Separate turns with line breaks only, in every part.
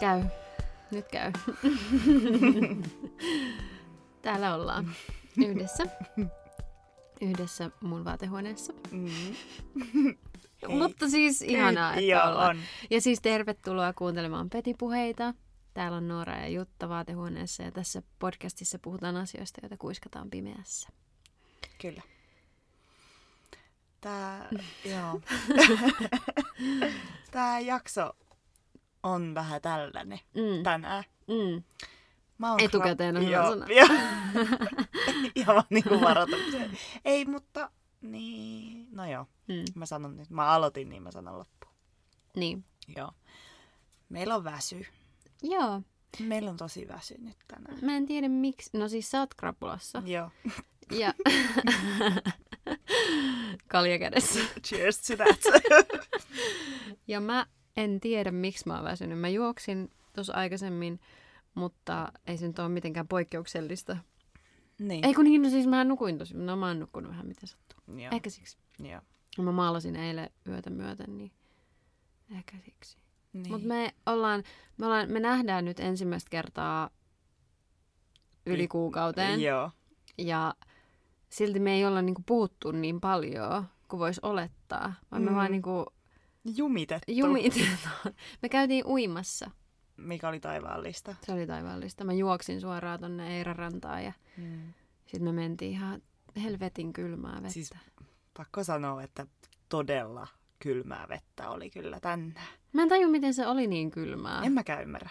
Käy. Nyt käy. Täällä ollaan. Yhdessä. Yhdessä mun vaatehuoneessa.
Mm. Ei.
Mutta siis ihanaa,
Nyt
että
jo
ollaan.
on.
Ja siis tervetuloa kuuntelemaan Petipuheita. Täällä on Noora ja Jutta vaatehuoneessa ja tässä podcastissa puhutaan asioista, joita kuiskataan pimeässä.
Kyllä. Tää, joo. Tää jakso on vähän tällainen
Mm,
tänään.
mm.
Mä oon
Etukäteen on hyvä
joo,
sana.
Joo. Ihan niinku varoituksen. Ei, mutta niin, no joo.
Mm.
Mä sanon nyt, mä aloitin, niin mä sanon loppuun.
Niin.
Joo. Meillä on väsy.
Joo.
Meillä on tosi väsy nyt tänään.
Mä en tiedä miksi. No siis sä oot krapulassa.
Joo.
Ja... Kalja kädessä.
Cheers to that.
Ja mä en tiedä, miksi mä oon väsynyt. Mä juoksin tuossa aikaisemmin, mutta ei se nyt ole mitenkään poikkeuksellista.
niin.
Ei kun niin, no siis mä nukuin tosi. No mä oon nukkunut vähän mitä sattuu.
Joo.
Ehkä siksi.
Joo.
Mä maalasin eilen yötä myöten, niin ehkä siksi.
Niin.
Mutta me ollaan, me ollaan, me nähdään nyt ensimmäistä kertaa yli
Yli-
kuukauteen.
Niin. Joo.
Ja silti me ei olla niinku puhuttu niin paljon kuin voisi olettaa. Vaan me
Mm.
vaan niinku
Jumitettu.
jumitetaan. Me käytiin uimassa.
mikä oli taivaallista.
Se oli taivaallista. Mä juoksin suoraan tonne Eiran rantaan ja
Mm.
sitten me mentiin ihan helvetin kylmää vettä.
Siis pakko sanoa, että todella kylmää vettä oli kyllä tänään.
Mä en tajua, miten se oli niin kylmää.
En mäkään ymmärrä.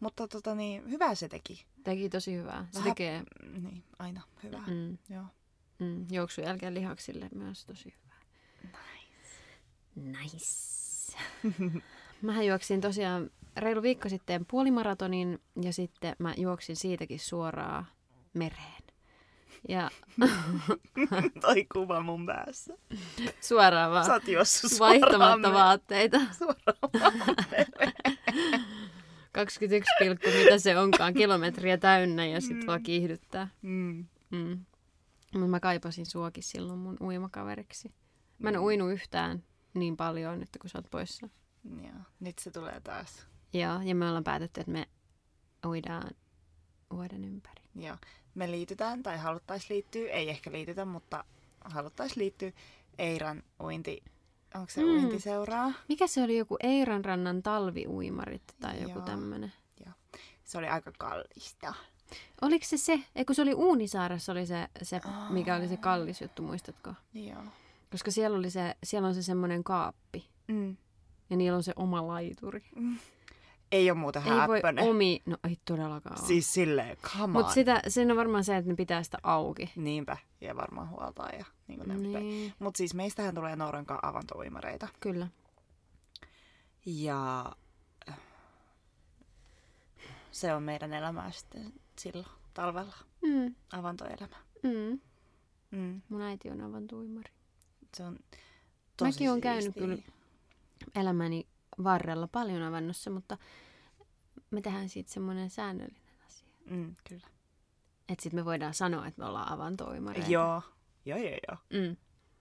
Mutta tota niin, hyvää se teki.
Teki tosi hyvää. Se
Vähän-
tekee
Mm, Niin, aina hyvää. Mm.
mm,
Joo.
mm, juoksun jälkeen lihaksille myös tosi hyvää. Nice. Mähän juoksin tosiaan reilu viikko sitten puolimaratonin ja sitten mä juoksin siitäkin suoraan mereen. Ja
Toi kuva mun päässä.
suoraan
Sä
vaan
oot juossut suoraan
vaihtamatta
me-
vaatteita.
Suoraan mereen.
21 pilkku, mitä se onkaan, kilometriä täynnä ja sitten vaan kiihdyttää.
Mm.
Mm. Mut Mä kaipasin suokin silloin mun uimakaveriksi. Mä
Mm.
en uinut yhtään niin paljon nyt, kun sä oot poissa.
Joo. Nyt se tulee taas.
Joo, ja me ollaan päätetty, että me uidaan vuoden ympäri.
Joo. Me liitytään tai haluttaisiin liittyä, ei ehkä liitytä, mutta haluttaisiin liittyä Eiran uinti. Onko se
Mm.
mm. uintiseuraa?
Mikä se oli joku Eiranrannan talviuimarit tai joku
Joo.
tämmönen?
Se oli aika kallista.
Oliko se se? Ei kun se oli Uunisaaressa oli se, se mikä oli se kallis juttu, muistatko?
Joo.
Koska siellä, oli se, siellä on se semmoinen kaappi
Mm.
ja niillä on se oma laituri.
Ei ole muuta
Ei voi
häppönen.
omi... No ei todellakaan ole.
Siis silleen, come on.
Mutta sitä, sen on varmaan se, että ne pitää sitä auki.
Niinpä, ja varmaan huoltaa ja niin niin.
Niin,
Mutta siis meistähän tulee Nooran kanssa avantouimareita.
kyllä.
Ja äh, se on meidän elämää sitten silloin talvella,
Mm,
avantoelämä.
mm.
Mm,
Mun äiti on avantuimari.
se on tosi
Mäkin oon käynyt
siistiä.
kyllä. Elämäni varrella paljon avannossa, mutta me tehdään siitä semmoinen säännöllinen asia.
Mm, kyllä.
Että sitten me voidaan sanoa, että me ollaan avantoimareita.
Joo, joo, joo, joo.
Mm.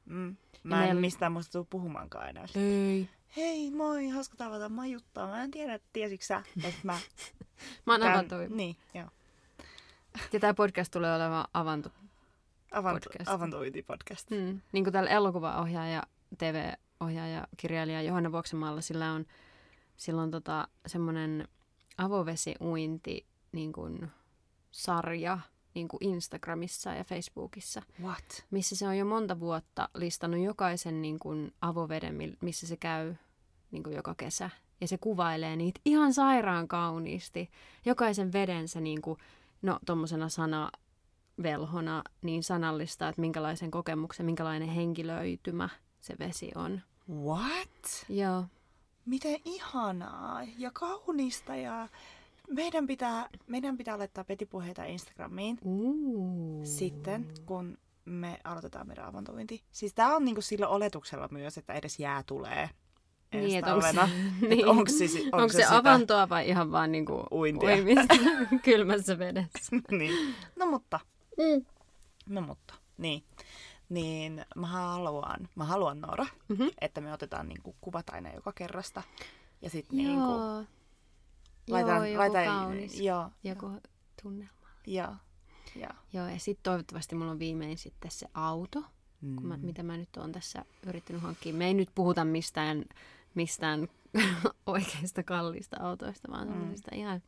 Mm. Mä en
meillä- No
mistään musta tuu puhumaankaan enää.
Ei.
Hei, moi, hauska tavata, mä oon Jutta. Mä en tiedä, tiesitkö sä, että mä
Mä oon
Tän-
avantoimari.
Niin, joo.
Ja tämä podcast tulee olemaan avanto.
Avant,
Podcast.
avantointipodcast. Mm.
Mm. Niin kuin täällä elokuvaohjaaja, TV-ohjaaja, kirjailija Johanna Vuoksemaalla, sillä on, sillä on tota, semmoinen avovesiuinti niin kuin sarja niin kuin Instagramissa ja Facebookissa,
What?
missä se on jo monta vuotta listannut jokaisen niin kuin avoveden, mil- missä se käy niin kuin joka kesä. Ja se kuvailee niitä ihan sairaan kauniisti. Jokaisen veden se niin kuin, no tommosena sana velhona niin sanallista, että minkälaisen kokemuksen, minkälainen henkilöitymä se vesi on.
What?
Joo.
Miten ihanaa ja kaunista ja meidän pitää, meidän pitää laittaa petipuheita Instagramiin
Uh.
sitten, kun me aloitetaan meidän avantointi. Siis tää on niinku sillä oletuksella myös, että edes jää tulee. ensi
Niin, että onko se,
talvena.
niin.
Et onks siis- onks
onko
se
se
sitä?
avantoa vai ihan vaan niinku
Uintia.
uimista kylmässä vedessä?
niin. No mutta,
Mm.
no mutta, niin. Niin mä haluan, mä haluan Noora,
Mhm.
että me otetaan niinku kuvat aina joka kerrasta. Ja sitten niinku,
Joo. Joo, joku
Niin laitan,
kaunis.
Joo,
Joku tunnelma.
joo, joo.
Joo, ja sitten toivottavasti mulla on viimein sitten se auto, kun mä,
Mm.
mitä mä nyt oon tässä yrittänyt hankkia. Me ei nyt puhuta mistään, mistään oikeista kalliista autoista, vaan
Mm.
semmoisista ihan,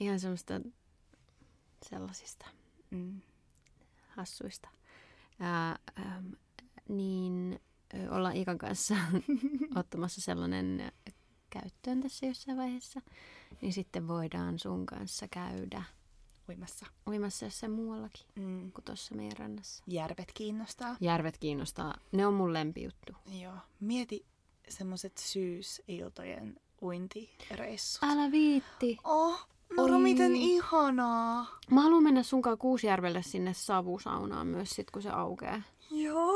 ihan semmoista sellaisista
Mm.
hassuista. Ää, äm, niin ö, ollaan Ikan kanssa ottamassa sellainen ö, käyttöön tässä jossain vaiheessa, niin sitten voidaan sun kanssa käydä
Uimassa.
uimassa jossain muuallakin
Mm.
kuin tuossa niinku meidän rannassa.
Järvet kiinnostaa.
Järvet kiinnostaa. Ne on mun lempijuttu.
Joo. Mieti semmoset syysiltojen uintireissut.
Älä viitti.
Oh, Nora,
Oi.
miten ihanaa.
Mä haluan mennä sunkaan Kuusjärvelle sinne savusaunaan myös sit, kun se aukeaa.
Joo.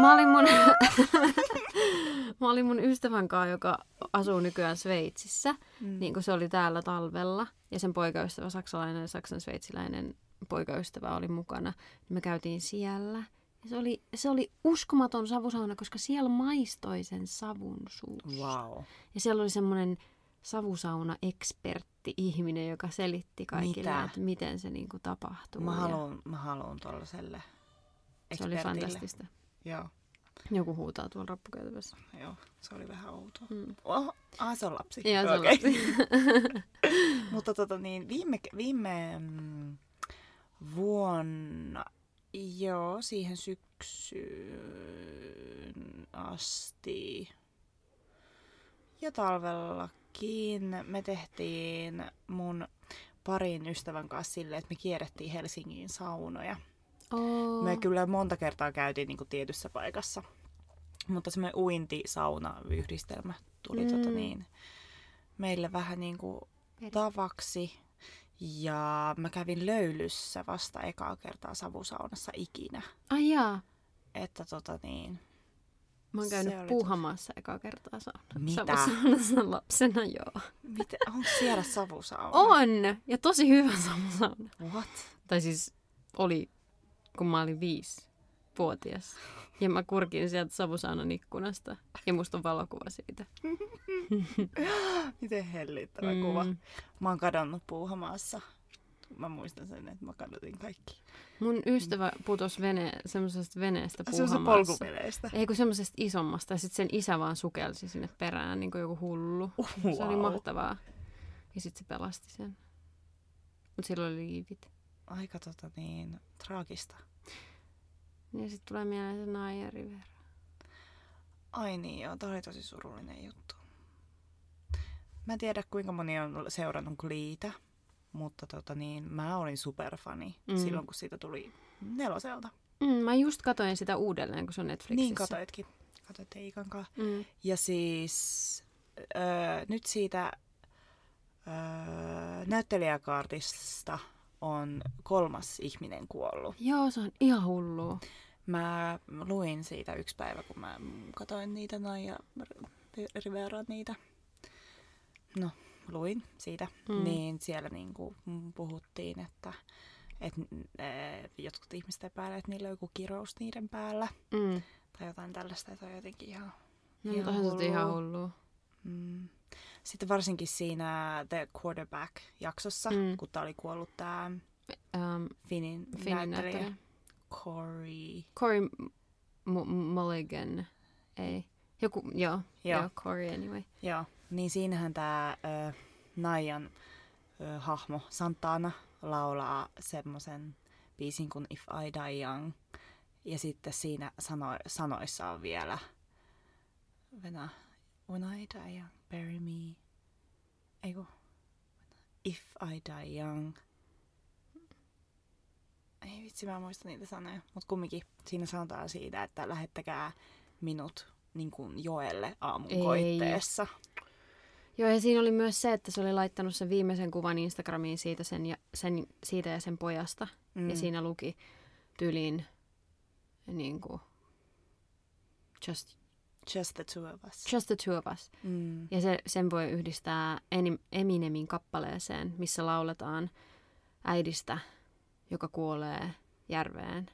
Mä olin mun, mä olin mun ystävän kanssa, joka asuu nykyään Sveitsissä.
Mm.
Niin kuin se oli täällä talvella. Ja sen poikaystävä, saksalainen, saksan-sveitsiläinen poikaystävä oli mukana. Me käytiin siellä. Ja se oli, se oli uskomaton savusauna, koska siellä maistoi sen savun suussa.
Wow.
Ja siellä oli semmoinen savusauna-ekspertti ihminen, joka selitti kaikille,
Mitä?
että miten se niin kuin tapahtuu.
Mä
ja
haluun, mä haluun tollaselle
se oli
ekspertille.
fantastista.
Joo,
Joku huutaa tuolla rappukäytävässä.
joo. Se oli vähän outoa.
Mm.
Oh, ah, se on lapsi.
Ja se
Okei.
okay.
Mutta tota niin, viime, viime mm, vuonna, joo, siihen syksyyn asti ja talvellakin me tehtiin mun parin ystävän kanssa silleen, että me kierrettiin Helsingin saunoja.
oh.
Me kyllä monta kertaa käytiin niin kuin tietyssä paikassa. Mutta semmoinen uinti-sauna-yhdistelmä tuli mm. tota
Mm.
niin, meille vähän niin kuin
Peri-
tavaksi. Ja mä kävin löylyssä vasta ekaa kertaa savusaunassa ikinä.
Ai jaa.
Että tota niin,
Mä oon
Se
käynyt
oli
puuhamaassa ekaa kertaa sauna.
Mitä?
Savusaunassa lapsena, joo.
mitä, onko siellä savusauna?
On! Ja tosi hyvä savusauna.
What?
Tai siis oli, kun mä olin viisi vuotias. Ja mä kurkin sieltä savusaunan ikkunasta. Ja musta on valokuva siitä.
Miten hellittävä mm. kuva. Mä oon kadonnut puuhamaassa. Mä muistan sen, että mä kadotin kaikki.
Mun ystävä putosi vene, semmoisesta veneestä
Se on
puuhamaassa.
polkupeleistä.
Ei kun semmoisesta isommasta. Ja sitten sen isä vaan sukelsi sinne perään niin kuin joku hullu.
Wow.
Se oli mahtavaa. Ja sitten se pelasti sen. Mutta silloin oli liivit.
Aika tota niin, traagista.
Ja sitten tulee mieleen se Naija Rivera.
Ai niin joo, tää oli tosi surullinen juttu. Mä en tiedä kuinka moni on seurannut Gleetä, mutta tota niin, mä olin superfani
Mm.
mm. silloin kun siitä tuli neloselta.
Mm, mä just katoin sitä uudelleen, kun se on Netflixissä.
Niin katoitkin. Katoitte Iikan kanssa.
Mm.
Ja siis öö, nyt siitä öö, näyttelijäkaartista on kolmas ihminen kuollut.
Joo, se on ihan hullua.
Mä luin siitä yksi päivä, kun mä katoin niitä noin ja Rivera niitä. No, luin siitä.
Mm.
Mm. Niin siellä niinku mm, puhuttiin, että et, eh, jotkut ihmiset epäilevät, että niillä on joku kirous niiden päällä.
Mm.
Tai jotain tällaista, että on jotenkin ihan...
No,
Ihan
mutta onhan se nyt ihan
hullua.
hullua.
Mm. Sitten varsinkin siinä The Quarterback-jaksossa,
Mm.
mm. kun tää oli kuollut tää
Um,
Finin,
Finnin
Finin näyttelijä.
näyttelijä.
Corey.
Corey M- M- Mulligan. Ei. Joku, joo.
Joo.
joo Corey anyway.
Joo, niin siinähän tämä Naijan ö, hahmo Santana laulaa semmoisen biisin kuin If I Die Young. Ja sitten siinä sano, sanoissa on vielä Venä, When I die young, bury me. Eiku. If I die young. Ei vitsi, mä en muista niitä sanoja. Mutta kumminkin siinä sanotaan siitä, että lähettäkää minut niin kuin joelle aamun
Ei.
koitteessa.
Joo, ja siinä oli myös se, että se oli laittanut sen viimeisen kuvan Instagramiin siitä, sen ja, sen, siitä ja sen pojasta. Mm. Ja siinä luki tyliin niin kuin, just,
Just the two of us.
just the two of us.
Mm.
Ja se, sen voi yhdistää Enim- Eminemin kappaleeseen, missä lauletaan äidistä, joka kuolee järveen.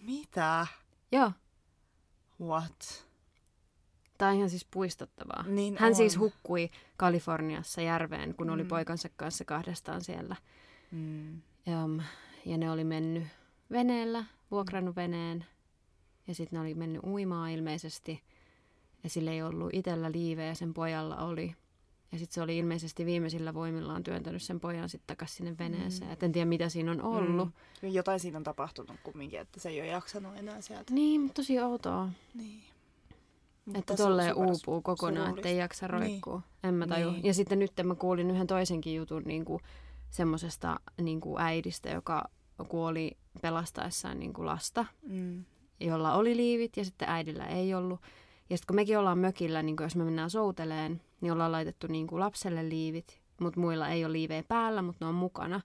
Mitä?
Joo,
What?
Tämä on ihan siis puistattavaa.
Niin
Hän
on.
siis hukkui Kaliforniassa järveen, kun oli
Mm.
poikansa kanssa kahdestaan siellä.
Mm.
Um, ja ne oli mennyt veneellä, vuokrannut veneen. Ja sitten ne oli mennyt uimaan ilmeisesti. Ja sillä ei ollut itsellä liivejä, sen pojalla oli. Ja sitten se oli ilmeisesti viimeisillä voimillaan työntänyt sen pojan sitten takaisin sinne veneeseen. Et en tiedä, mitä siinä on ollut. Mm.
Mm. Jotain siinä on tapahtunut kumminkin, että se ei ole jaksanut enää sieltä.
Niin, mutta tosi outoa.
Niin.
Että
se on
tolleen
super
uupuu kokonaan,
surullista.
ettei jaksa roikkuu. Niin. En mä taju.
Niin.
Ja sitten nyt mä kuulin yhden toisenkin jutun niin kuin semmosesta niin kuin äidistä, joka kuoli pelastaessaan niin kuin lasta,
Mm.
jolla oli liivit ja sitten äidillä ei ollut. Ja sitten kun mekin ollaan mökillä, niin kuin jos me mennään souteleen, niin ollaan laitettu niin kuin lapselle liivit, mutta muilla ei ole liivejä päällä, mutta ne on mukana.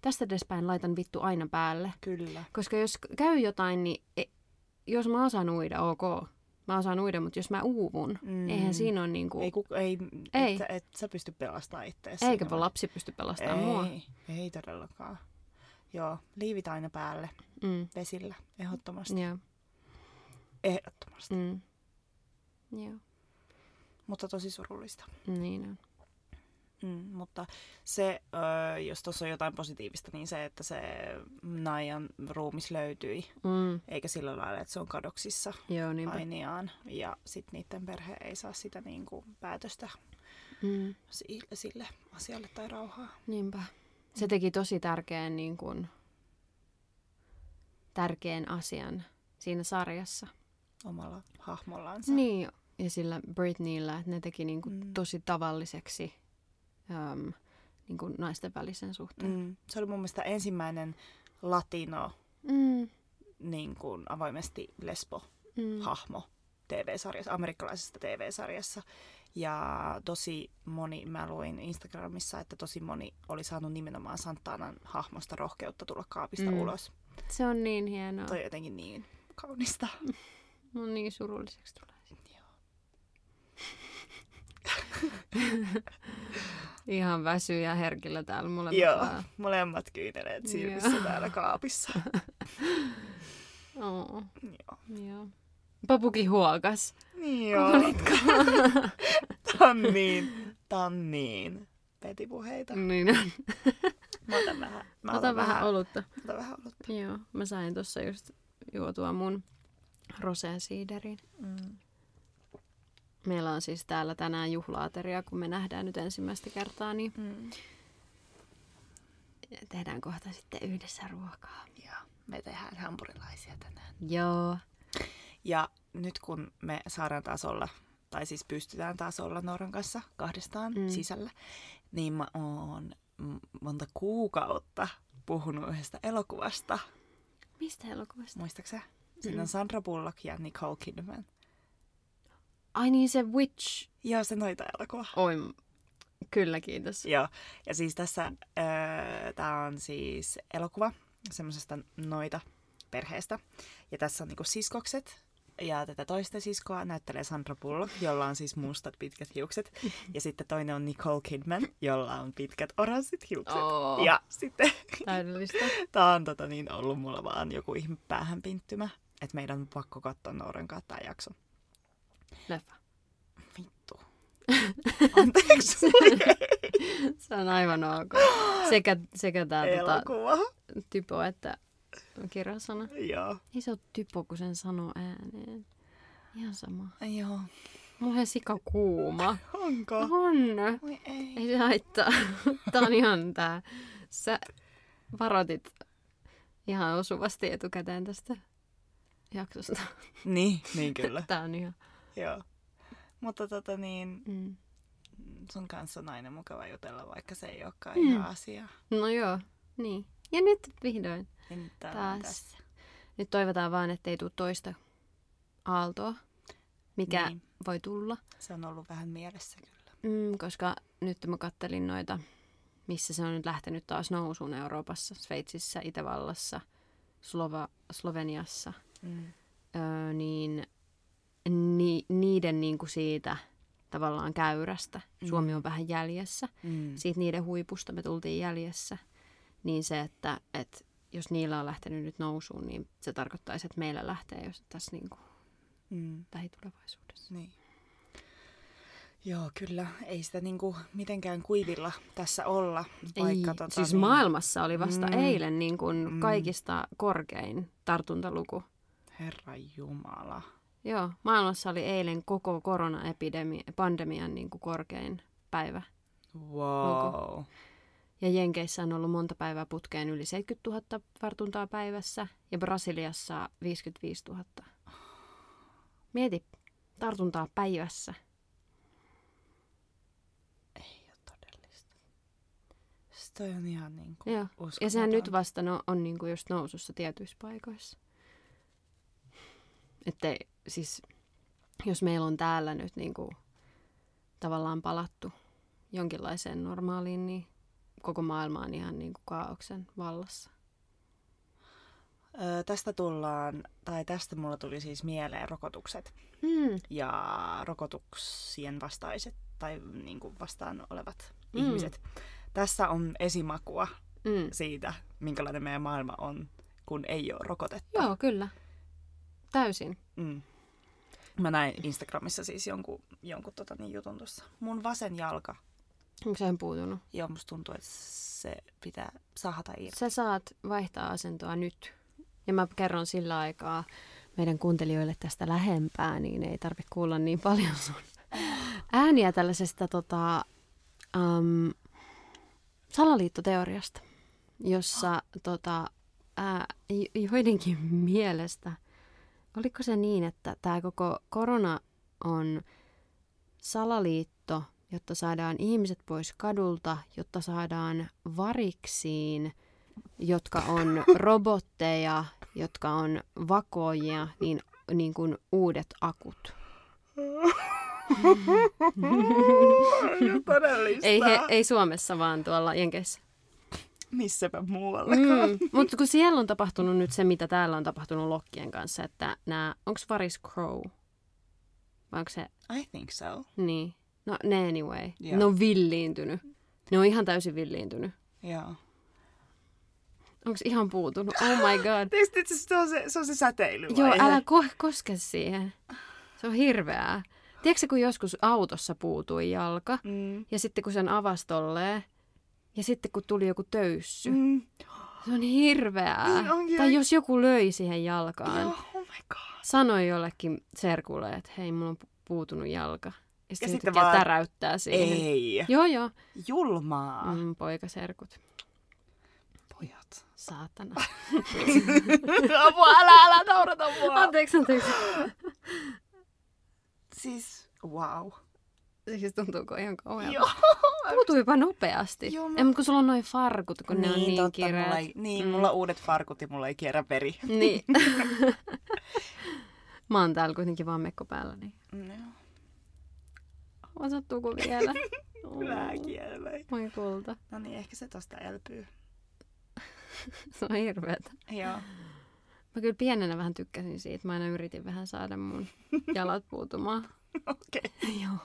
Tästä edespäin laitan vittu aina päälle.
Kyllä.
Koska jos käy jotain, niin e, jos mä osaan uida, ok. Mä osaan uida, mutta jos mä uuvun,
Mm.
mm. eihän siinä ole niinku...
Ei, kuk- ei,
Ei.
ei. Et, sä- et sä pysty pelastamaan itseäsi.
Eikä
siinä
lapsi pysty
vaiheessa.
pelastamaan ei. mua.
Ei, ei todellakaan. Joo, liivit aina päälle
Mm.
vesillä, ehdottomasti.
Joo.
Ehdottomasti.
Mm. Joo. Mm.
Mutta tosi surullista.
Niin on.
Mm, mutta se, öö, jos tuossa on jotain positiivista, niin se, että se Naian ruumis löytyi,
Mm.
eikä sillä lailla, että se on kadoksissa
Joo, niinpä.
Ainiaan. Ja sitten niiden perhe ei saa sitä niin kuin, päätöstä
Mm.
sille, sille asialle tai rauhaa.
Niinpä. Se teki tosi tärkeän, niin kun, tärkeän asian siinä sarjassa.
omalla hahmollansa.
Niin, ja sillä Britneyllä, että ne teki niin kuin
Mm.
tosi tavalliseksi äm, niin kuin naisten välisen suhteen.
Mm. Se oli mun mielestä ensimmäinen latino
Mm.
niin kuin avoimesti lesbo
Mm.
hahmo TV-sarjassa, amerikkalaisessa TV-sarjassa. Ja tosi moni, mä luin Instagramissa, että tosi moni oli saanut nimenomaan Santanan hahmosta rohkeutta tulla kaapista
Mm.
mm. ulos.
Se on niin hienoa.
Toi on jotenkin niin kaunista.
No niin surulliseksi tulee sitten. Ihan väsyy ja herkillä täällä molemmat
Joo,
vaan.
molemmat kyyneleet
Joo.
silmissä täällä kaapissa.
Oo,
Joo.
joo. Papukin huokas.
Niin Joo. Tää on niin, tää on niin petipuheita.
Niin, otan,
Mä otan vähän. Mä
otan vähän,
vähän
olutta.
Otan vähän olutta.
Joo, mä sain tossa just juotua mun rosea siiderin.
Mm.
Meillä on siis täällä tänään juhlaateria, kun me nähdään nyt ensimmäistä kertaa, niin
Mm.
tehdään kohta sitten yhdessä ruokaa.
Joo, me tehdään hampurilaisia tänään.
Joo.
Ja nyt kun me saadaan taas olla, tai siis pystytään taas olla Nooran kanssa kahdestaan
Mm.
mm. sisällä, niin mä oon mm, monta kuukautta puhunut yhdestä elokuvasta.
Mistä elokuvasta?
Muistaaksä? Siinä on Sandra Bullock ja Nicole Kidman.
Ai niin, se Witch.
Joo, se noita elokuva.
Oi, m- kyllä kiitos.
Joo, ja siis tässä öö, tämä on siis elokuva semmoisesta noita perheestä. Ja tässä on niinku siskokset. Ja tätä toista siskoa näyttelee Sandra Bullock, jolla on siis mustat pitkät hiukset. Ja sitten toinen on Nicole Kidman, jolla on pitkät oranssit hiukset.
Oo.
Ja sitten
Täydellistä.
tämä on tota, niin ollut mulla vaan joku ihme päähän pinttymä. Että meidän on pakko katsoa Nooran kanssa tämä jakso.
Leffa.
Vittu. Anteeksi.
Se on aivan ok. Sekä, sekä tämä tota,
Elokuva.
typo että kirjasana.
Joo.
Ei se ole typo, kun sen sanoo ääneen. Ihan sama.
Joo.
Mulla on ihan sika kuuma.
Onko?
On.
Voi ei.
Ei se haittaa. Tää on ihan tää. Sä varoitit ihan osuvasti etukäteen tästä jaksosta.
Niin, niin kyllä.
Tää on ihan...
Joo. Mutta tota niin,
Mm.
sun kanssa on aina mukava jutella, vaikka se ei olekaan
Mm.
mm. ihan asia.
No joo, niin. Ja nyt vihdoin.
Ja nyt tää on
Taas.
tässä.
Nyt toivotaan vaan, ettei tule toista aaltoa, mikä niin.
Niin.
voi tulla.
Se on ollut vähän mielessä kyllä.
Mm, koska nyt mä kattelin noita, missä se on nyt lähtenyt taas nousuun Euroopassa, Sveitsissä, Itävallassa, Slova, Sloveniassa,
Mm.
öö, niin ni, niiden niinku siitä tavallaan käyrästä,
Mm.
Suomi on vähän jäljessä,
Mm.
siitä niiden huipusta me tultiin jäljessä, niin se, että et jos niillä on lähtenyt nyt nousuun, niin se tarkoittaisi, että meillä lähtee jos tässä niinku
Mm.
lähitulevaisuudessa.
Niin. Joo, kyllä. Ei sitä niinku mitenkään kuivilla tässä olla.
Ei,
Vaikka, tota,
siis
niin-
maailmassa oli vasta
Mm.
eilen niin kuin
Mm.
kaikista korkein tartuntaluku.
Herra Jumala.
Joo, maailmassa oli eilen koko koronapandemian niin kuin korkein päivä.
Wow.
Ja Jenkeissä on ollut monta päivää putkeen yli 70 000 tartuntaa päivässä ja Brasiliassa 55 000. Mieti, tartuntaa päivässä.
Ei ole todellista. Siis toi on ihan niinku
Joo. Ja sehän nyt vasta no, on niinku just nousussa tietyissä paikoissa. Että siis, jos meillä on täällä nyt niinku, tavallaan palattu jonkinlaiseen normaaliin, niin koko maailma on ihan niinku kaauksen vallassa.
Öö, tästä tullaan, tai tästä mulla tuli siis mieleen rokotukset
Mm.
ja rokotuksien vastaiset tai niin kuin vastaan olevat
Mm.
mm. ihmiset. Tässä on esimakua
Mm.
siitä, minkälainen meidän maailma on, kun ei ole rokotetta.
Joo, kyllä. Täysin.
Mm. Mä näin Instagramissa siis jonkun, jonkun tota, niin jutun tuossa. Mun vasen jalka.
Onko se puutunut?
Joo, musta tuntuu, että se pitää sahata irti.
Sä saat vaihtaa asentoa nyt. Ja mä kerron sillä aikaa meidän kuuntelijoille tästä lähempää, niin ei tarvitse kuulla niin paljon sun ääniä tällaisesta tota, um, salaliittoteoriasta, jossa tota, ää, jo- joidenkin mielestä, oliko se niin, että tämä koko korona on salaliitto, jotta saadaan ihmiset pois kadulta, jotta saadaan variksiin, jotka on robotteja, jotka on vakoja, niin, niin kuin uudet akut.
Todellista.
Ei, he, ei Suomessa, vaan tuolla Jenkeissä.
Missäpä muualla.
Mm. Mutta kun siellä on tapahtunut nyt se, mitä täällä on tapahtunut lokkien kanssa, että nämä, onko Varis Crow? Vai onko se,
I think so.
niin, no ne anyway, yeah.
Joo.
ne on villiintynyt. Ne on ihan täysin villiintynyt.
Joo.
Onko ihan puutunut? Oh my god.
Tietysti se on se, se, on se säteily.
Joo, älä ko- koske siihen. Se on hirveää. Tiedätkö, kun joskus autossa puutui jalka,
Mm.
ja sitten kun sen avasi tolleen, ja sitten kun tuli joku töyssy.
Mm.
Se on hirveää.
Niin onkin.
tai jos joku löi siihen jalkaan.
Joo, oh my god.
sanoi jollekin serkulle, että hei, mulla on pu- puutunut jalka. Ja sitten, ja
sitten
sitten vaan...
vaan-
täräyttää siihen.
Ei.
Joo, joo.
Julmaa. Mm.
Mm, poikaserkut.
Pojat.
Saatana.
Apua, älä, älä naurata mua.
Anteeksi, anteeksi.
Siis, wow.
Siis tuntuuko ihan kauhealta?
Joo.
Puutuipa nopeasti.
Joo,
Joo,
mä-
mä... Ei, mutta kun sulla on noin farkut, kun ne on niin
totta,
kireät. Mm.
mulla ei, niin, mulla on uudet farkut ja mulla ei kierrä veri.
Niin. mä oon täällä kuitenkin vaan mekko päällä, niin
No,
osattuuko vielä? Oo,
vähän kielmöi.
Moi kulta.
No niin, ehkä se tosta elpyy.
Se on hirveetä.
Joo.
Mä kyllä pienenä vähän tykkäsin siitä. Mä aina yritin vähän saada mun jalat puutumaan.
Okei.
Joo.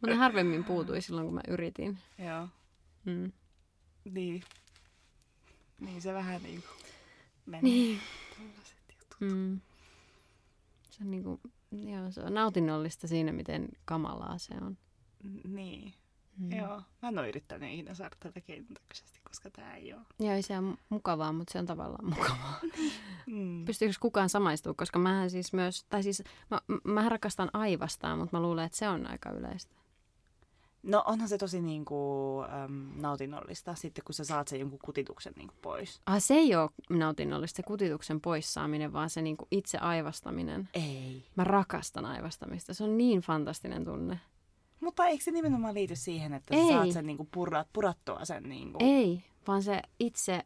Mä ne harvemmin puutui silloin, kun mä yritin.
Joo.
Mm.
Niin. Niin se vähän niin kuin menee.
Niin.
Tollaset jutut.
Mm. Se on niinku, joo, se on nautinnollista siinä, miten kamalaa se on.
Niin.
Mm.
Mm. Joo. Mä en ole yrittänyt ikinä saada tätä keinotekoisesti, koska tää ei oo.
Joo, ei se on mukavaa, mutta se on tavallaan mukavaa.
Mm.
Pystyykö kukaan samaistua, koska mähän siis myös, tai siis mä, m- mähän rakastan aivastaa, mutta mä luulen, että se on aika yleistä.
No onhan se tosi niinku, äm, nautinnollista sitten, kun sä saat sen jonkun kutituksen niinku pois.
Ah, se ei ole nautinnollista, se kutituksen poissaaminen, vaan se niinku itse aivastaminen.
Ei.
Mä rakastan aivastamista, se on niin fantastinen tunne.
Mutta eikö se nimenomaan liity siihen, että
Ei.
sä saat sen niinku pura, purattua sen niinku...
Ei, vaan se itse,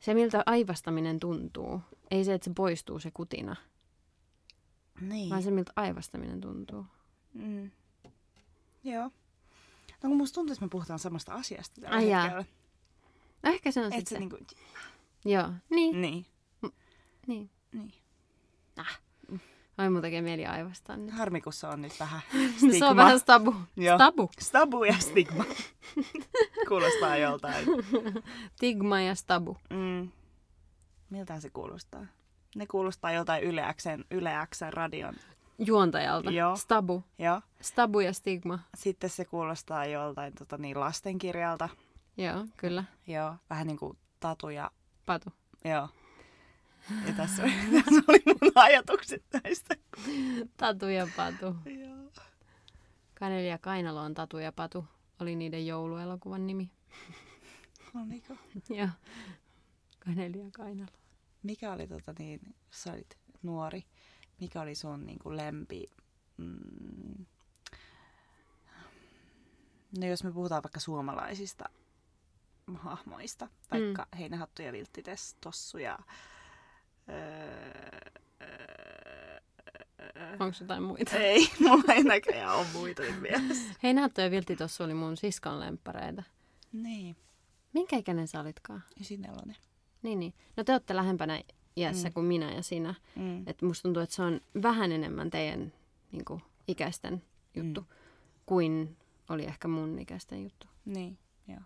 se miltä aivastaminen tuntuu. Ei se, että se poistuu se kutina,
Niin.
vaan se miltä aivastaminen tuntuu.
Mm. Joo. No kun musta tuntuu, että me puhutaan samasta asiasta tällä
Ai jaa.
hetkellä.
Ehkä se on
Et se
sitten.
niinku...
Joo, niin.
Niin.
niin.
Niin.
Ai mun tekee mieli aivastaa nyt.
Harmi, kun se on nyt vähän
Stigma. Se on vähän stabu.
Joo.
Stabu.
Stabu ja stigma. kuulostaa joltain.
Stigma ja stabu.
Mm. Miltään se kuulostaa? Ne kuulostaa joltain Yleäksen, Yleäksen radion
juontajalta.
Joo.
Stabu.
Joo.
Stabu ja Stigma.
Sitten se kuulostaa joltain tota, niin lastenkirjalta.
Joo, kyllä.
Joo. Vähän niin kuin Tatu ja...
Patu.
Joo. Ja tässä oli, tässä oli mun ajatukset näistä.
Tatu ja Patu.
Joo.
Kaneli ja Kainalo on Tatu ja Patu. Oli niiden jouluelokuvan nimi.
Oliko?
Joo. Kaneli ja Kainalo.
Mikä oli, tota, niin, sä olit nuori, mikä oli sun niin kuin lempi... Mm, no jos me puhutaan vaikka suomalaisista hahmoista, vaikka mm. Heinähattu ja Vilttites, Tossu ja... Öö,
Onko jotain muita?
ei, mulla ei näköjään ole muita nyt mielessä.
Hei, Naatto ja Viltti tuossa oli mun siskon lemppareita.
Niin,
Minkä ikäinen sä olitkaan?
ysinelonen.
Niin, niin. No te olette lähempänä iässä mm. kuin minä ja sinä.
Mm.
Et musta tuntuu, että se on vähän enemmän teidän niin kuin, ikäisten juttu mm. kuin oli ehkä mun ikäisten juttu.
Niin, joo.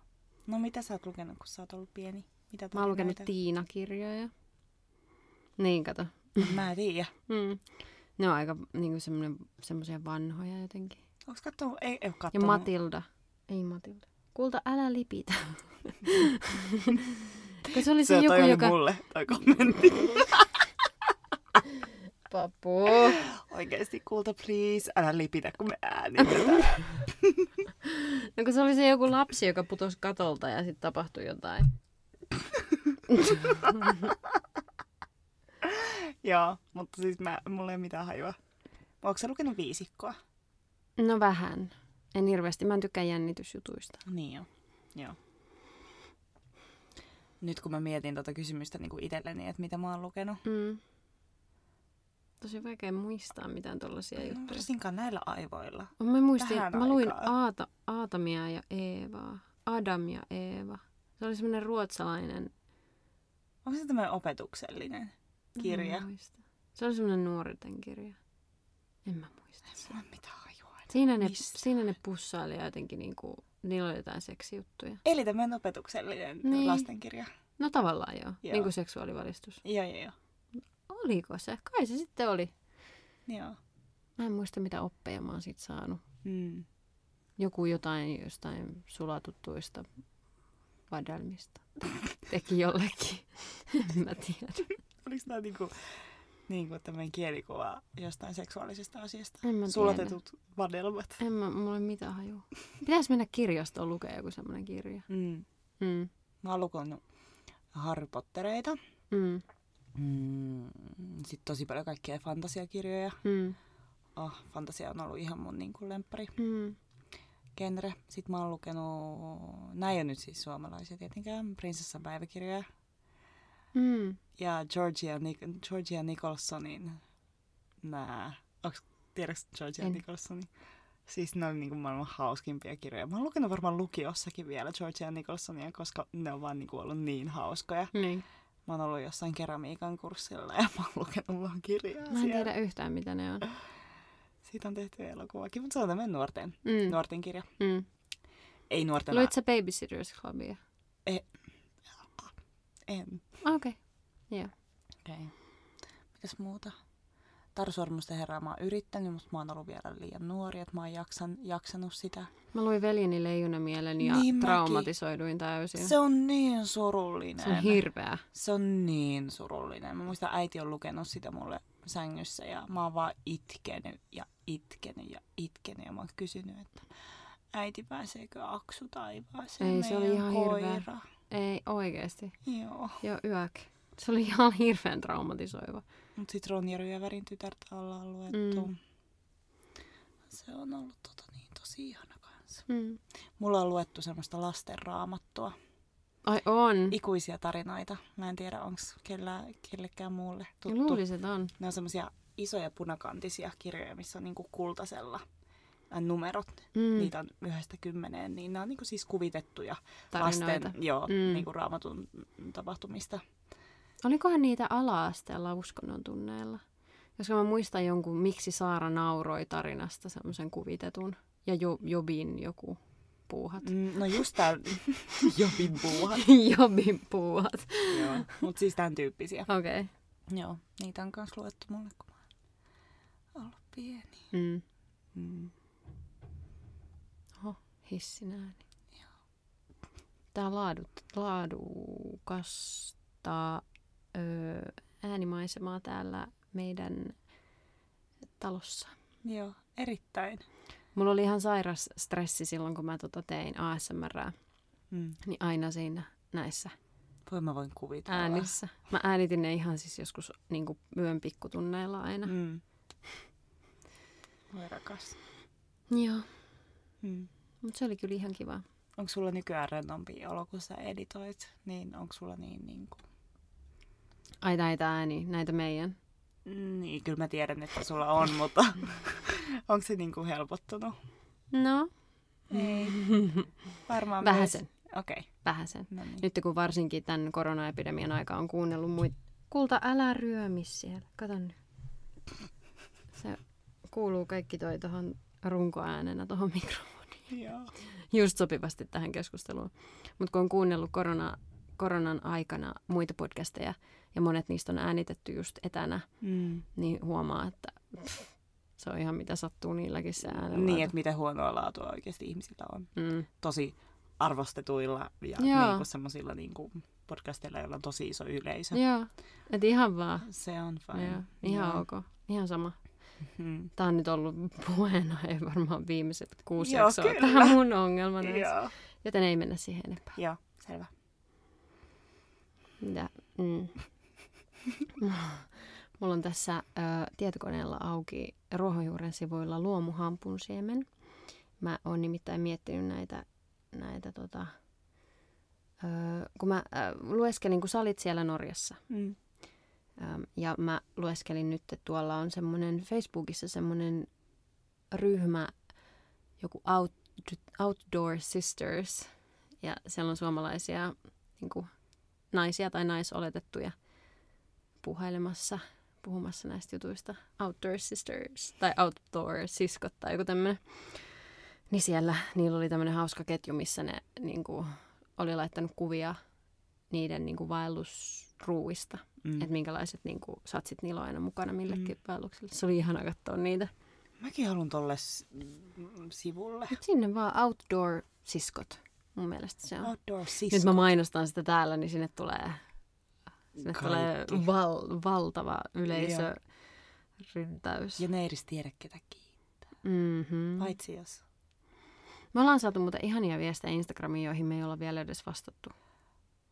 No mitä sä oot lukenut, kun sä oot ollut pieni? Mitä
Mä oon lukenut
tarinoita?
Tiina-kirjoja. Niin, kato.
Mä en tiedä.
Mm. Ne on aika niin kuin semmoisia vanhoja jotenkin.
Onks kattonut? Ei, ei oo
Ja
kattonut.
Matilda. Ei Matilda. Kulta, älä lipitä. Kun se oli se,
Se,
joku,
toi oli
joka...
mulle, toi kommentti.
Papu.
Oikeesti kulta, please, älä lipitä, kun me äänitetään.
No kun se oli se joku lapsi, joka putosi katolta ja sitten tapahtui jotain.
Joo, mutta siis mä, mulla ei ole mitään hajua. Onko sä lukenut viisikkoa?
No vähän. En hirveästi. Mä en tykkää jännitysjutuista.
Niin joo. joo. Nyt kun mä mietin tuota kysymystä niin kuin itselleni, että mitä mä oon lukenut.
Mm. Tosi vaikea muistaa mitään tollaisia
No,
juttuja.
varsinkaan näillä aivoilla.
No, mä muistin,
Tähän
mä luin
aikaan.
Aata, Aatamia ja Eevaa. Adam ja Eeva. Se oli semmoinen ruotsalainen
Onko se tämmöinen opetuksellinen kirja?
En mä muista. Se oli semmoinen nuorten kirja. En mä muista.
Mulla ei ole mitään hajua. enää.
Siinä ne,
Mistä?
siinä ne pussaili ja jotenkin niinku, niillä oli jotain seksijuttuja.
Eli tämmöinen opetuksellinen
Niin.
niin. lastenkirja.
No tavallaan joo. joo.
Joo.
Niin kuin seksuaalivalistus.
Joo, joo, joo.
Oliko se? Kai se sitten oli.
joo.
Mä en muista mitä oppeja mä oon sit saanut.
Mm.
Joku jotain jostain sulatuttuista vadelmista. Teki jollekin. en mä tiedä.
Oliko nämä niinku, niinku tämmöinen kielikuva jostain seksuaalisesta asiasta?
En mä tiedä.
Sulatetut vadelmat.
En mä, mulla ei mitään hajua. Pitäis mennä kirjastoon lukea joku semmonen kirja.
Mm.
Mm.
Mä oon lukenut Harry Pottereita.
Mm.
Mm. Sitten tosi paljon kaikkia fantasiakirjoja.
Mm.
Oh, fantasia on ollut ihan mun niinku lemppari
Mm.
genre. Sitten mä oon lukenut, näin ei ole nyt siis suomalaisia tietenkään, Prinsessan päiväkirjoja.
Mm.
Ja Georgia, Nic- Georgia Nicholsonin nää. Onks, tiedätkö Georgia
En.
en. Nicholsonin? Siis ne oli niinku maailman hauskimpia kirjoja. Mä oon lukenut varmaan lukiossakin vielä Georgia Nicholsonia, koska ne on vaan niinku ollut niin hauskoja.
Niin.
Mä oon ollut jossain keramiikan kurssilla ja mä oon lukenut vaan kirjaa
Mä en
siellä.
tiedä yhtään, mitä ne on.
Siitä on tehty elokuvakin, mutta se on tämmöinen nuorten,
Mm.
mm. nuorten kirja.
Mm.
Ei nuorten,
Luit sä Babysitters Clubia?
en.
Okei. Okay.
Okay. Mitäs muuta? Taru Sormusten herää mä oon yrittänyt, mutta mä oon ollut vielä liian nuori, että mä oon jaksan, jaksanut sitä.
Mä luin Veljeni leijonamielen ja
Niin
niin
mäkin.
traumatisoiduin täysin. Se
Se on niin
on,
surullinen.
se on hirveä.
se on niin surullinen. Mä muistan, äiti on lukenut sitä mulle sängyssä ja mä oon vaan itkenyt ja itkenyt ja itkenyt. Ja mä oon kysynyt, että äiti pääseekö Aksu taivaaseen,
Ei, se oli
meidän
ihan hirveä.
koira.
Ei oikeesti.
Joo.
Joo, yök. Se oli ihan hirveän traumatisoiva.
Mut sit Ronja Ryövärin tytärtä ollaan luettu.
Mm.
Mm. Se on ollut tota niin tosi ihana kanssa.
Mm.
Mulla on luettu semmoista lasten raamattua.
Ai on.
Ikuisia tarinoita. Mä en tiedä, onko kellekään muulle
Ja
tuttu.
Luulisin, että on.
Ne on semmoisia isoja punakantisia kirjoja, missä on niinku kultasella äh, numerot. Mm.
Mm.
Niitä on yhdestä kymmeneen, niin nämä on niinku siis kuvitettuja
Tarinoita.
lasten joo,
Mm.
mm. niinku raamatun mm, tapahtumista.
Olikohan niitä ala-asteella uskonnon tunneilla? Koska mä muistan jonkun, miksi Saara nauroi tarinasta semmoisen kuvitetun. Ja jo, Jobin joku puuhat.
Mm, no just tää Jobin puuha.
Jobin puuhat.
joo. Mut siis tämän tyyppisiä.
Okei. Okay.
Joo, niitä on myös luettu mulle, kun mä oon ollut pieni.
Mm.
Mm.
Oho, hissin ääni. Tämä laadut, laadukasta ö, äänimaisemaa täällä meidän talossa.
Joo, erittäin.
Mulla oli ihan sairas stressi silloin, kun mä tota tein ASMR,
Mm.
niin aina siinä näissä
Voi mä voin kuvitella.
äänissä. Mä äänitin ne ihan siis joskus niin kuin yön pikkutunneilla aina.
Mm. Voi rakas.
Mm. Joo,
Mm.
mutta se oli kyllä ihan kiva.
Onko sulla nykyään rennompi olo, kun sä editoit? Niin onko sulla niin, niin kuin...
Ai näitä ääniä, näitä meidän.
Niin, kyllä mä tiedän, että sulla on, mutta onko se niin kuin helpottunut?
No,
Ei. Varmaan
Vähäsen.
myös- Okei, okay.
vähäsen.
no niin.
Nyt kun varsinkin tämän koronaepidemian aika on kuunnellut muita. Kulta, älä ryömi siellä. Kato nyt. Se kuuluu kaikki toi tuohon runkoäänenä tuohon mikrofoniin.
Joo.
Just sopivasti tähän keskusteluun. Mutta kun on kuunnellut korona, koronan aikana muita podcasteja, ja monet niistä on äänitetty just etänä,
Mm.
niin huomaa, että pff, se on ihan mitä sattuu niilläkin se äänenlaatu.
Niin, että mitä huonoa laatua oikeasti ihmisillä on.
mm.
Tosi arvostetuilla ja
Joo.
niin kuin semmoisilla niin kuin podcasteilla, joilla on tosi iso yleisö.
Joo, et ihan vaan.
Se on fine.
Joo. Ihan ok. Ihan sama.
Mm.
Tämä on nyt ollut puheenaihe varmaan viimeiset kuusi
Joo,
jaksoa.
kyllä.
Tämä on mun ongelma näissä.
Joo.
Joten ei mennä siihen enempää.
Joo, selvä.
Mitä? Mm. Mulla on tässä ö, tietokoneella auki ruohonjuuren sivuilla luomuhampun siemen. Mä oon nimittäin miettinyt näitä, näitä tota, ö, kun mä ö, lueskelin, kun sä olit siellä Norjassa,
Mm.
Äm, Ja mä lueskelin nyt, että tuolla on semmoinen Facebookissa semmoinen ryhmä, joku out, Outdoor Sisters. Ja siellä on suomalaisia niin kuin, naisia tai naisoletettuja puhailemassa, puhumassa näistä jutuista. Outdoor Sisters tai Outdoor Siskot tai joku tämmöinen. Niin siellä niillä oli tämmöinen hauska ketju, missä ne niin kuin, oli laittanut kuvia niiden niin kuin, vaellusruuista
Mm.
että minkälaiset niin kuin, satsit niillä on aina mukana millekin mm. vaellukselle. Se oli ihana katsoa niitä.
Mäkin haluan tolle s- mm, sivulle.
Mut sinne vaan outdoor-siskot, mun mielestä se on.
Outdoor sis.
Nyt mä mainostan sitä täällä, niin sinne tulee, sinne
Kaikki.
tulee val- valtava yleisö. Ryntäys.
Ja ne ei edes tiedä ketä kiittää.
Mm-hmm.
Paitsi jos.
Me ollaan saatu muuten ihania viestejä Instagramiin, joihin me ei olla vielä edes vastattu.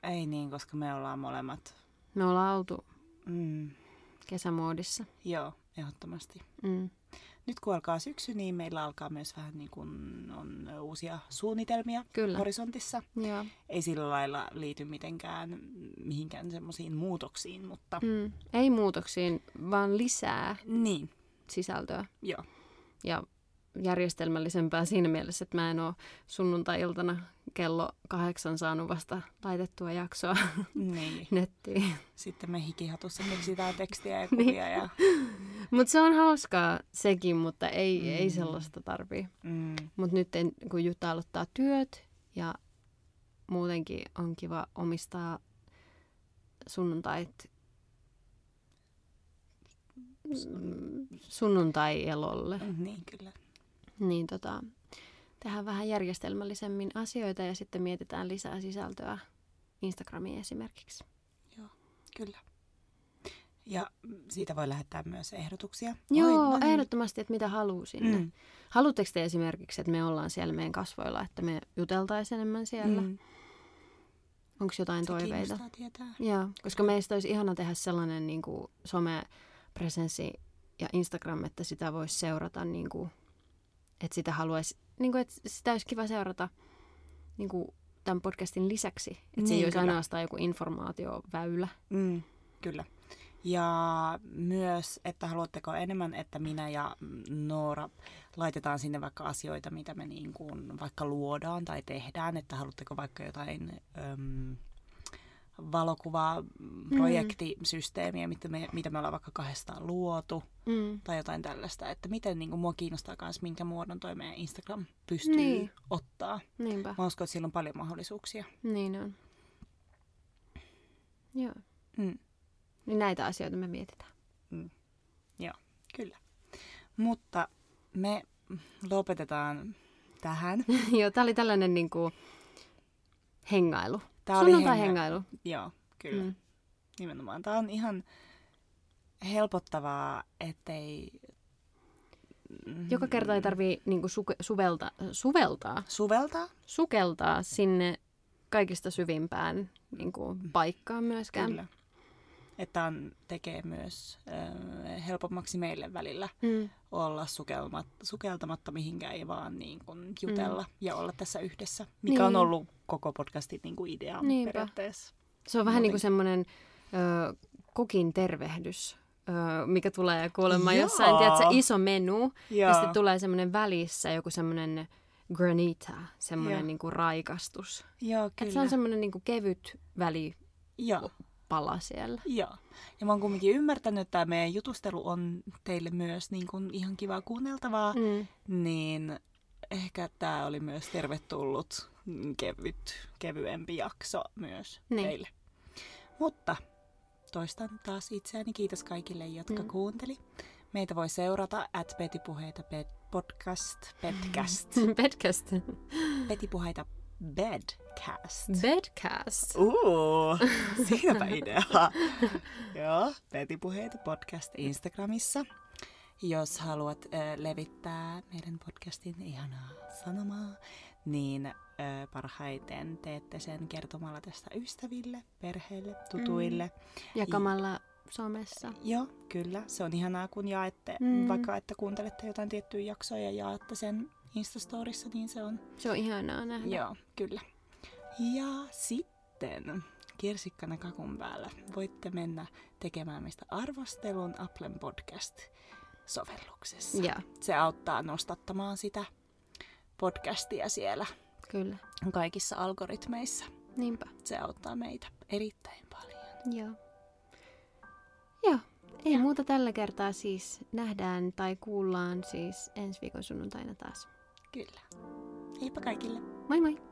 Ei niin, koska me ollaan molemmat.
Me ollaan oltu
Mm.
kesämoodissa.
Joo, ehdottomasti.
Mm.
Nyt kun alkaa syksy, niin meillä alkaa myös vähän niin kuin on uusia suunnitelmia
Kyllä.
horisontissa.
Joo.
Ei sillä lailla liity mitenkään mihinkään semmoisiin muutoksiin, mutta
Mm. Ei muutoksiin, vaan lisää
niin,
sisältöä.
joo.
ja järjestelmällisempää siinä mielessä, että mä en ole sunnuntai-iltana kello kahdeksan saanut vasta laitettua jaksoa
Niin.
nettiin.
Sitten me hikihatussa keksitään tekstiä ja
Niin.
kuvia ja...
Mutta se on hauskaa sekin, mutta ei, mm. ei sellaista tarvii.
Mm.
Mutta nyt en, kun Jutta aloittaa työt ja muutenkin on kiva omistaa sunnuntait Mm. sunnuntai-elolle.
Niin, kyllä.
niin tota, tehdään vähän järjestelmällisemmin asioita ja sitten mietitään lisää sisältöä Instagramiin esimerkiksi.
Joo, kyllä. Ja siitä voi lähettää myös ehdotuksia.
Joo,
Oi,
no
no niin.
ehdottomasti, että mitä haluaa sinne. Mm.
Mm.
Haluatteko te esimerkiksi, että me ollaan siellä meidän kasvoilla, että me juteltaisiin enemmän siellä? Mm.
Mm.
Onko jotain
Se
toiveita?
kiinnostaa tietää.
Joo, koska meistä olisi ihana tehdä sellainen niin kuin somepresenssi ja Instagram, että sitä voisi seurata, niin kuin, että sitä haluaisi, niin kuin, että sitä olisi kiva seurata niin kuin tämän podcastin lisäksi. Että niin, se ei
Niin,
olisi
kyllä.
ainoastaan joku informaatioväylä.
Mm, kyllä. Ja myös, että haluatteko enemmän, että minä ja mm, Noora laitetaan sinne vaikka asioita, mitä me niin kuin vaikka luodaan tai tehdään, että haluatteko vaikka jotain äm, valokuvaa, mm. projektisysteemiä, mitä me, mitä me ollaan vaikka kahdestaan luotu
Mm.
tai jotain tällaista, että miten niin kuin mua kiinnostaa myös, minkä muodon toi meidän Instagram pystyy
Niin.
niin. ottaa.
Niinpä,
Mä uskon, että sillä on paljon mahdollisuuksia.
niin on. Joo,
Mm.
niin näitä asioita me mietitään.
Joo, kyllä. Mutta me lopetetaan tähän.
Joo, tämä oli tällainen niin kuin hengailu.
Tää
Sunnuntai
hengä-
hengailu.
Joo, kyllä.
Mm.
Nimenomaan. Tämä on ihan helpottavaa, ettei...
Joka kerta ei tarvii niin kuin suke- suvelta, suveltaa,
Suveltaa?
sukeltaa sinne kaikista syvimpään niin kuin paikkaan myöskään.
Kyllä. Että on, tekee myös ö, helpommaksi meille välillä
Mm.
olla sukelmat, sukeltamatta mihinkään ja vaan niin kuin jutella mm. ja olla tässä yhdessä, mikä
Niin.
on ollut koko podcastin niin kuin idea
Niinpä.
Niinpä. periaatteessa.
Se on vähän niin kuin
Jotenkin.
semmoinen ö, kokin tervehdys, ö, mikä tulee kuulemma
Joo.
jossain, tiedätkö, iso menu. Ja, ja sitten
tu-
tulee semmoinen välissä joku semmoinen granita,
Joo.
semmoinen niin kuin raikastus.
Joo,
Et
kyllä.
se on semmoinen niin kuin kevyt välipala
Joo.
siellä.
Joo. Ja mä oon kumminkin ymmärtänyt, että tämä meidän jutustelu on teille myös niin kuin ihan kivaa kuunneltavaa,
Mm.
mm. niin ehkä tämä oli myös tervetullut mm, kevyt, kevyempi jakso myös
Niin.
niin. teille. Mutta toistan taas itseäni. Kiitos kaikille, jotka
Mm.
mm. kuunteli. Meitä voi seurata at petipuheita pet, podcast, bedcast,
Bedcast.
petipuheita bedcast.
Bedcast.
Uu, siinäpä idea. Joo, Petipuheita podcast Instagramissa. Jos haluat ö, levittää meidän podcastin ihanaa sanomaa, niin ö, parhaiten teette sen kertomalla tästä ystäville, perheille, tutuille.
Jakamalla somessa.
Joo, kyllä. Se on ihanaa, kun jaette,
Mm.
mm. vaikka että kuuntelette jotain tiettyä jaksoa ja jaatte sen Instastorissa, niin se on
Se on ihanaa nähdä.
Joo, kyllä. Ja sitten kirsikkana kakun päällä voitte mennä tekemään meistä arvostelun Applen podcast-sovelluksessa.
Ja,
Se auttaa nostattamaan sitä podcastia siellä
kyllä.
kaikissa algoritmeissa.
Niinpä.
Se auttaa meitä erittäin paljon.
Joo. Joo. Ei muuta tällä kertaa siis nähdään tai kuullaan siis ensi viikon sunnuntaina taas.
Kyllä. Heippa kaikille!
Moi moi!